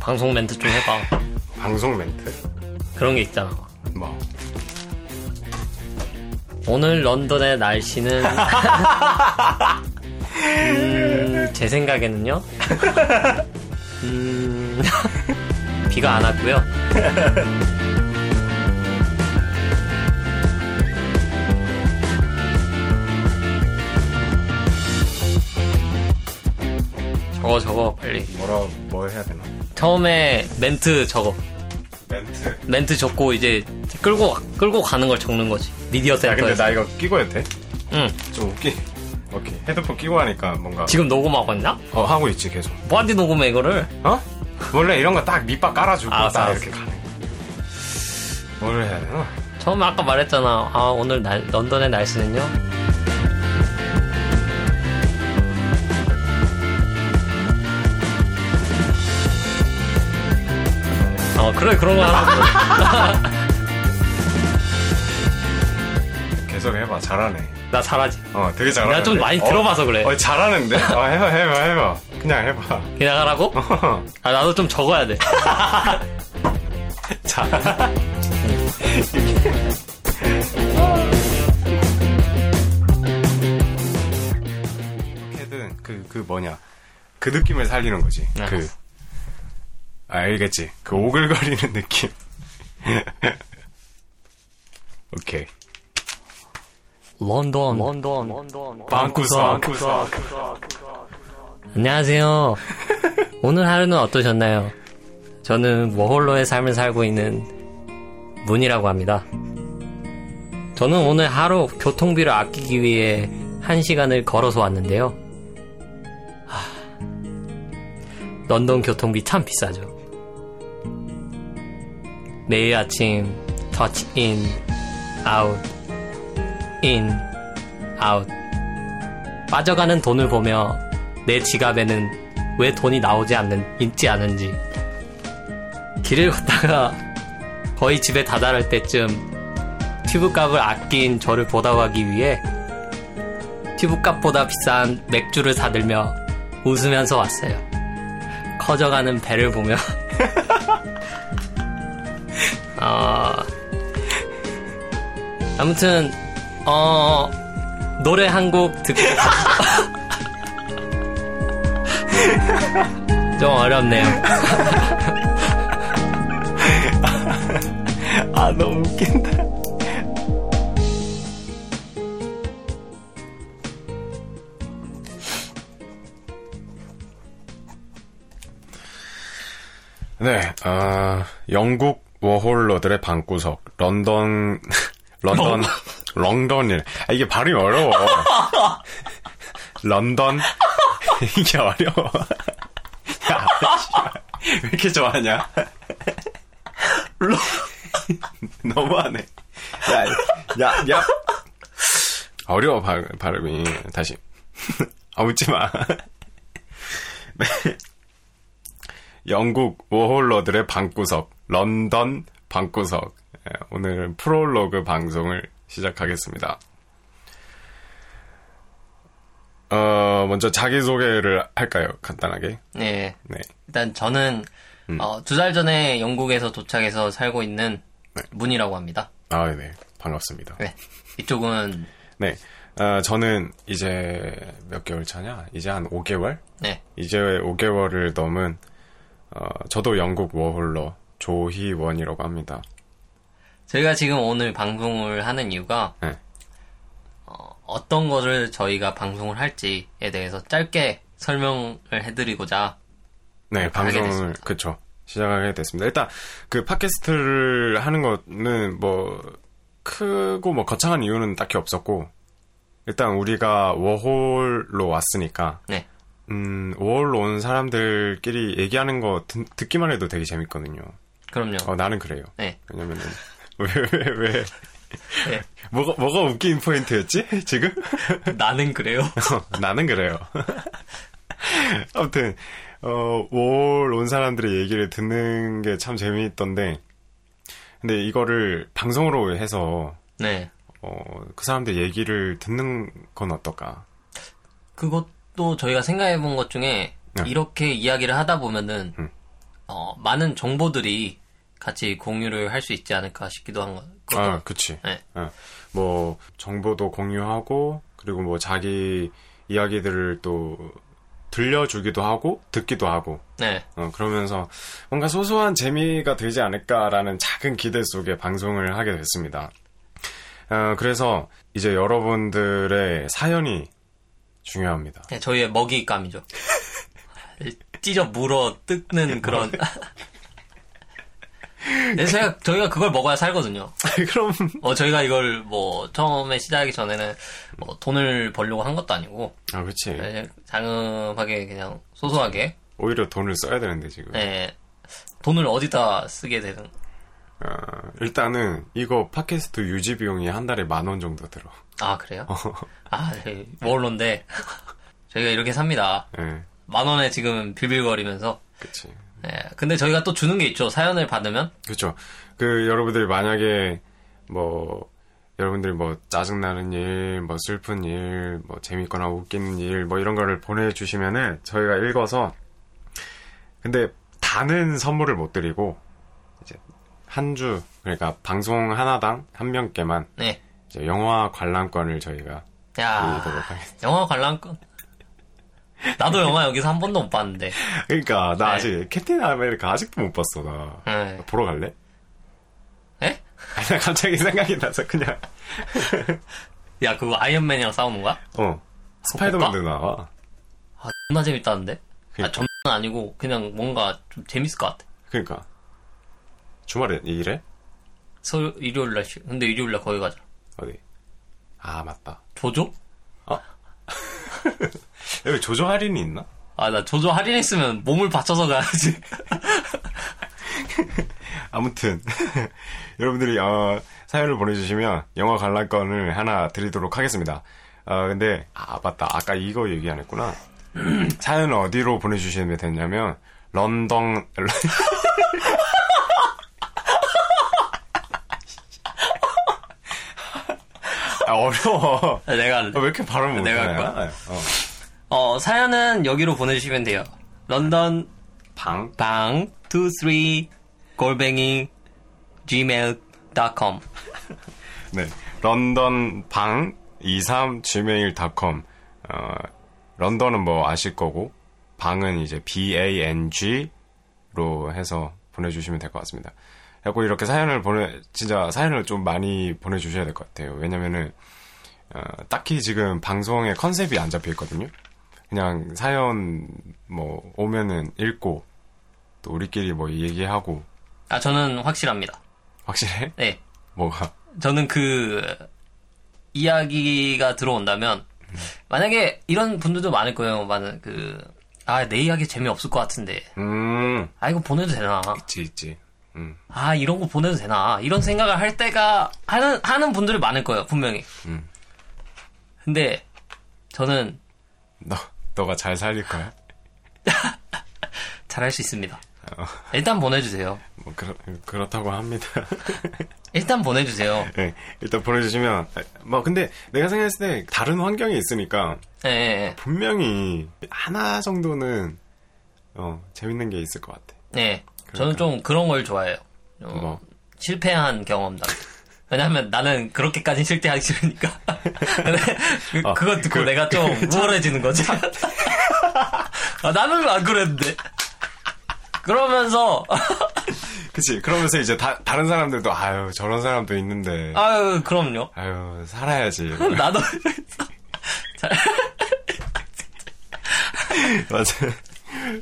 방송 멘트 좀 해봐. 방송 멘트. 그런 게 있잖아. 뭐. 오늘 런던의 날씨는 음, 제 생각에는요. 음, 비가 안 왔고요. 저거 저거 빨리. 뭐라, 뭘 해야 되나? 처음에 멘트 저거. 멘트. 멘트 적고 이제 끌고 끌고 가는 걸 적는 거지. 미디어 야, 아, 근데 센터에서. 나 이거 끼고 해도 돼? 응. 좀 웃기. 오케이. 헤드폰 끼고 하니까 뭔가. 지금 녹음하고 있나? 어, 하고 있지, 계속. 뭐한테 녹음해 이거를? 어? 원래 이런 거 딱 밑밥 깔아주고 알았어, 딱 알았어. 이렇게 가는 거. 뭘 해야 되나? 처음에 아까 말했잖아. 아 오늘 날, 런던의 날씨는요? 어 그래 그런 거 하나. 계속 해봐, 잘하네. 나 잘하지. 어, 되게 잘하네. 내가 좀 많이 들어봐서 그래. 어, 잘하는데? 어, 해봐, 해봐, 해봐. 그냥 해봐. 그냥 하라고? 어. 아 나도 좀 적어야 돼. 자. 어떻게든 그, 그 뭐냐. 그 느낌을 살리는 거지. 아. 그. 알겠지. 그 오글거리는 느낌. 오케이. 런던 런던 런던 방구석. 안녕하세요. 오늘 하루는 어떠셨나요? 저는 워홀로의 삶을 살고 있는 문이라고 합니다. 저는 오늘 하루 교통비를 아끼기 위해 한 시간을 걸어서 왔는데요. 하, 런던 교통비 참 비싸죠. 매일 아침 터치 인, 아웃, 인, 아웃. 빠져가는 돈을 보며 내 지갑에는 왜 돈이 나오지 않는, 있지 않은지. 길을 걷다가 거의 집에 다다를 때쯤 튜브값을 아낀 저를 보답하기 위해 튜브값보다 비싼 맥주를 사들며 웃으면서 왔어요. 커져가는 배를 보며 어, 아무튼 어, 노래 한 곡 듣고 좀 어렵네요. 아, 너무 웃긴다. 네, 아, 영국 워홀러들의 방구석, 런던, 런던, 런던이래. 아, 이게 발음이 어려워. 런던, 이게 어려워. 야, 왜 이렇게 좋아하냐? 너무하네. 야, 야, 야. 어려워, 발, 발음이. 다시. 아, 웃지 마. 네. 영국 워홀러들의 방구석, 런던 방구석. 예, 오늘은 프롤로그 방송을 시작하겠습니다. 어, 먼저 자기소개를 할까요? 간단하게. 네, 네. 일단 저는 음. 어, 두 달 전에 영국에서 도착해서 살고 있는 네. 문이라고 합니다. 아, 네. 반갑습니다. 네, 이쪽은 네. 어, 저는 이제 몇 개월 차냐? 이제 한 5개월? 네, 이제 5개월을 넘은 어, 저도 영국 워홀러 조희원이라고 합니다. 저희가 지금 오늘 방송을 하는 이유가 네. 어, 떤 거를 저희가 방송을 할지에 대해서 짧게 설명을 해드리고자 네, 아, 방송을 됐습니다. 그쵸 시작하게 됐습니다. 일단 그 팟캐스트를 하는 거는 뭐 크고 뭐 거창한 이유는 딱히 없었고 일단 우리가 워홀로 왔으니까 네, 음, 워홀로 온 사람들끼리 얘기하는 거 듣, 기만 해도 되게 재밌거든요. 그럼요. 어, 나는 그래요. 네, 왜냐면은 왜왜 왜, 왜. 네. 뭐가 뭐가 웃긴 포인트였지 지금? 나는 그래요. 나는 그래요. 아무튼 어, 올온 사람들의 얘기를 듣는 게 참 재미있던데, 근데 이거를 방송으로 해서 네, 어, 그 사람들 얘기를 듣는 건 어떨까? 그것도 저희가 생각해본 것 중에 네. 이렇게 이야기를 하다 보면은 음. 어, 많은 정보들이 같이 공유를 할 수 있지 않을까 싶기도 한 거. 아, 그치. 네. 예. 뭐 정보도 공유하고 그리고 뭐 자기 이야기들을 또 들려주기도 하고 듣기도 하고 네, 어, 그러면서 뭔가 소소한 재미가 되지 않을까라는 작은 기대 속에 방송을 하게 됐습니다. 어, 그래서 이제 여러분들의 사연이 중요합니다. 네, 저희의 먹잇감이죠. 찢어 물어 뜯는 그런. 네, 제가, 저희가 그걸 먹어야 살거든요. 그럼 어, 저희가 이걸 뭐, 처음에 시작하기 전에는 뭐 돈을 벌려고 한 것도 아니고, 아 그치 그냥 장음하게 그냥 소소하게, 오히려 돈을 써야 되는데 지금 네, 돈을 어디다 쓰게 되는. 어, 일단은 이거 팟캐스트 유지 비용이 한 달에 만 원 정도 들어. 아, 그래요? 아, 네, 월론데. 저희가 이렇게 삽니다. 예, 만 원에 지금 빌빌거리면서. 그치. 네, 근데 저희가 또 주는 게 있죠. 사연을 받으면. 그렇죠. 그 여러분들이 만약에 뭐 여러분들이 뭐 짜증 나는 일, 뭐 슬픈 일, 뭐 재밌거나 웃기는 일, 뭐 이런 거를 보내주시면은 저희가 읽어서 근데 다는 선물을 못 드리고 이제 한 주 그러니까 방송 하나당 한 명께만 네. 이제 영화 관람권을 저희가 드리도록 야, 하겠습니다. 영화 관람권. 나도 영화 여기서 한 번도 못 봤는데. 그러니까 나 네. 아직 캡틴 아메리카 아직도 못 봤어 나. 네. 보러 갈래? 에? 아니 나 갑자기 생각이 나서 그냥 야, 그거 아이언맨이랑 싸우는 거야? 어 스파이더맨도 나와. 아, 존나 재밌다는데? 아, 그러니까. 존나 아니고, 그냥 뭔가 좀 재밌을 것 같아. 그러니까 주말에 일해 서 일요일 날, 쉬- 근데 일요일 날 거기 가자. 어디 아 맞다 조조? 여기 조조 할인이 있나 아, 나 조조 할인했으면 몸을 바쳐서 가야지. 아무튼 여러분들이 어, 사연을 보내주시면 영화 관람권을 하나 드리도록 하겠습니다 아 근데 아 맞다 아까 이거 얘기 안 했구나 사연은 어디로 보내주시면 되냐면 런던 아 어려워 내가 할래. 아, 왜 이렇게 발음 못해 내가 할 거야? 어, 사연은 여기로 보내주시면 돼요. 런던 방 방 23 골뱅이 gmail.com 네. 런던 방 23 gmail.com. 어, 런던은 뭐 아실 거고, 방은 이제 bang로 해서 보내주시면 될 것 같습니다. 그래고 이렇게 사연을 보내, 진짜 사연을 좀 많이 보내주셔야 될 것 같아요. 왜냐면은, 어, 딱히 지금 방송의 컨셉이 안 잡혀 있거든요. 그냥 사연 뭐 오면은 읽고, 또 우리끼리 뭐 얘기하고, 아 저는 확실합니다. 확실해? 네, 뭐가? 저는 그 이야기가 들어온다면 만약에 이런 분들도 많을 거예요. 많은 그아내 이야기 재미 없을 것 같은데 음, 아 이거 보내도 되나? 있지, 있지. 음. 아 이런 거 보내도 되나? 이런 생각을 할 때가 하는 하는 분들이 많을 거예요 분명히. 음. 근데 저는 너, 너가 잘 살릴 거야? 잘할 수 있습니다. 어. 일단 보내주세요. 뭐, 그렇, 그렇다고 합니다. 일단 보내주세요. 네, 일단 보내주시면, 뭐, 근데 내가 생각했을 때 다른 환경에 있으니까 예, 예, 분명히 하나 정도는, 어, 재밌는 게 있을 것 같아. 예. 예. 그러니까. 저는 좀 그런 걸 좋아해요. 어, 뭐, 실패한 경험담. 왜냐하면 나는 그렇게까지 실패하기 싫으니까. 근데 그, 아, 그거 듣고 그- 내가 좀 우월해지는 거지. 아, 나는 안 그랬는데. 그러면서 그치. 그러면서 이제 다, 다른 사람들도, 아유, 저런 사람도 있는데, 아유 그럼요. 아유, 살아야지. 나도 맞아.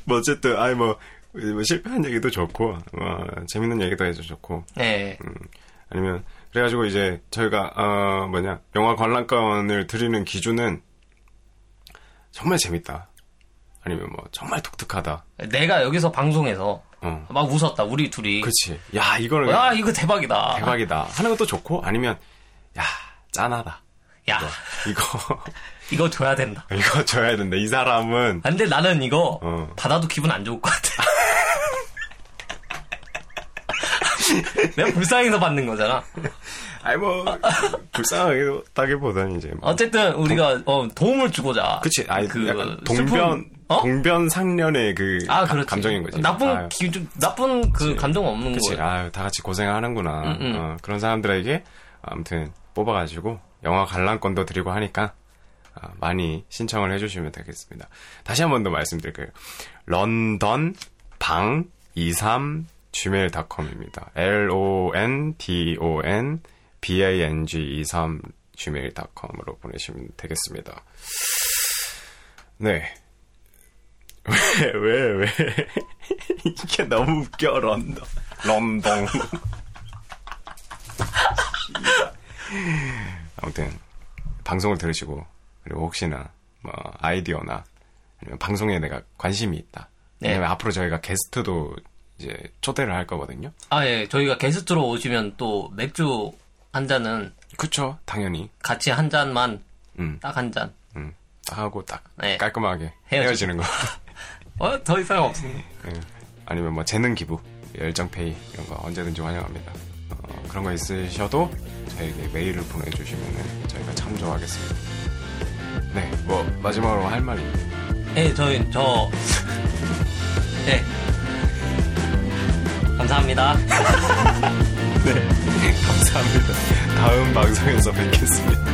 뭐, 어쨌든, 아니, 뭐, 뭐 실패한 얘기도 좋고, 뭐, 재밌는 얘기도 해도 좋고, 예. 음. 아니면 그래가지고 이제 저희가 어 뭐냐 영화 관람권을 드리는 기준은 정말 재밌다 아니면 뭐 정말 독특하다 내가 여기서 방송에서 어 막 웃었다 우리 둘이. 그치 야 이거는 야 이거 대박이다. 대박이다 하는 것도 좋고 아니면 야 짠하다 야 이거 이거 줘야 된다. 이거 줘야 된다 이 사람은 아, 근데 나는 이거 어. 받아도 기분 안 좋을 것 같아. 내가 불쌍해서 받는 거잖아. 아이 뭐 불쌍하다기보다는 이제 뭐. 어쨌든 우리가 어, 도움을 주고자. 그치 아이 그 약간 슬픈 동변 어? 동변상련의 그 아, 가- 그렇지. 감정인 거지. 나쁜 아유, 기, 좀 나쁜 그 감정 없는 그치. 거예요. 아유, 다 같이 고생하는구나. 음, 음. 어, 그런 사람들에게 아무튼 뽑아가지고 영화 관람권도 드리고 하니까 아, 많이 신청을 해주시면 되겠습니다. 다시 한 번 더 말씀드릴게요. 런던 방 23 gmail.com입니다. L O N D O N B A N G 23 gmail.com으로 보내시면 되겠습니다. 네. 왜, 왜, 왜. 이게 너무 웃겨, 런던. 런던. 아무튼, 방송을 들으시고, 그리고 혹시나, 뭐, 아이디어나, 아니면 방송에 내가 관심이 있다. 네. 왜냐면 앞으로 저희가 게스트도 이제 초대를 할 거거든요. 아, 예. 저희가 게스트로 오시면 또 맥주 한 잔은 그쵸, 당연히. 같이 한 잔만, 음. 딱 한 잔. 음, 딱 하고 딱 네. 깔끔하게 헤어지죠. 헤어지는 거. 어, 더 이상 없습니다. 예. 아니면 뭐 재능 기부, 열정 페이 이런 거 언제든지 환영합니다. 어, 그런 거 있으셔도 저에게 메일을 보내주시면 저희가 참조하겠습니다. 네, 뭐 마지막으로 할 말이 예, 저희, 저, 예. 감사합니다. 네. 감사합니다. 다음 방송에서 뵙겠습니다.